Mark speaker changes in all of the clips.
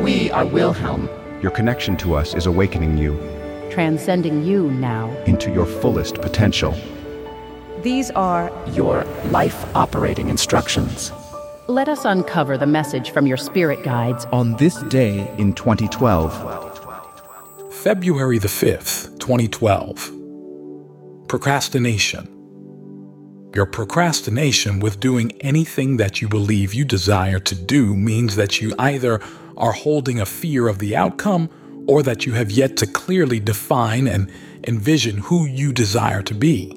Speaker 1: We are Wilhelm.
Speaker 2: Your connection to us is awakening you
Speaker 3: transcending you now.
Speaker 2: into your fullest potential.
Speaker 4: These are
Speaker 1: Your life operating instructions.
Speaker 3: Let us uncover the message from your spirit guides.
Speaker 5: On this day,
Speaker 2: In 2012,
Speaker 6: February the 5th, 2012. Procrastination. Your procrastination with doing anything that you believe you desire to do means that you either are holding a fear of the outcome or that you have yet to clearly define and envision who you desire to be.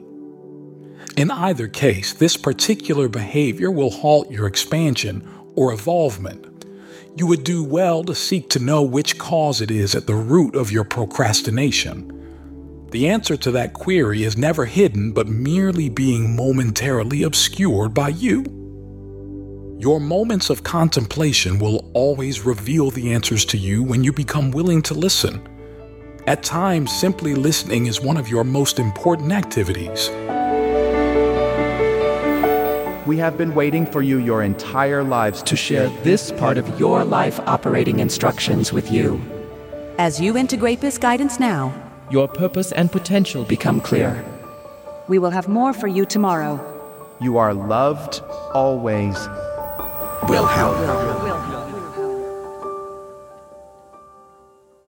Speaker 6: In either case, this particular behavior will halt your expansion or evolvement you would do well to seek to know which cause it is at the root of your procrastination. The answer to that query is never hidden, but merely being momentarily obscured by you. Your moments of contemplation will always reveal the answers to you when you become willing to listen. At times, simply listening is one of your most important activities.
Speaker 2: we have been waiting for you your entire lives
Speaker 5: to share this part of your
Speaker 1: Your life operating instructions with you
Speaker 4: as you integrate this guidance now.
Speaker 5: your purpose and potential.
Speaker 1: become clear.
Speaker 4: We will have more for you tomorrow.
Speaker 2: You are loved always.
Speaker 1: Wilhelm.
Speaker 4: Wilhelm.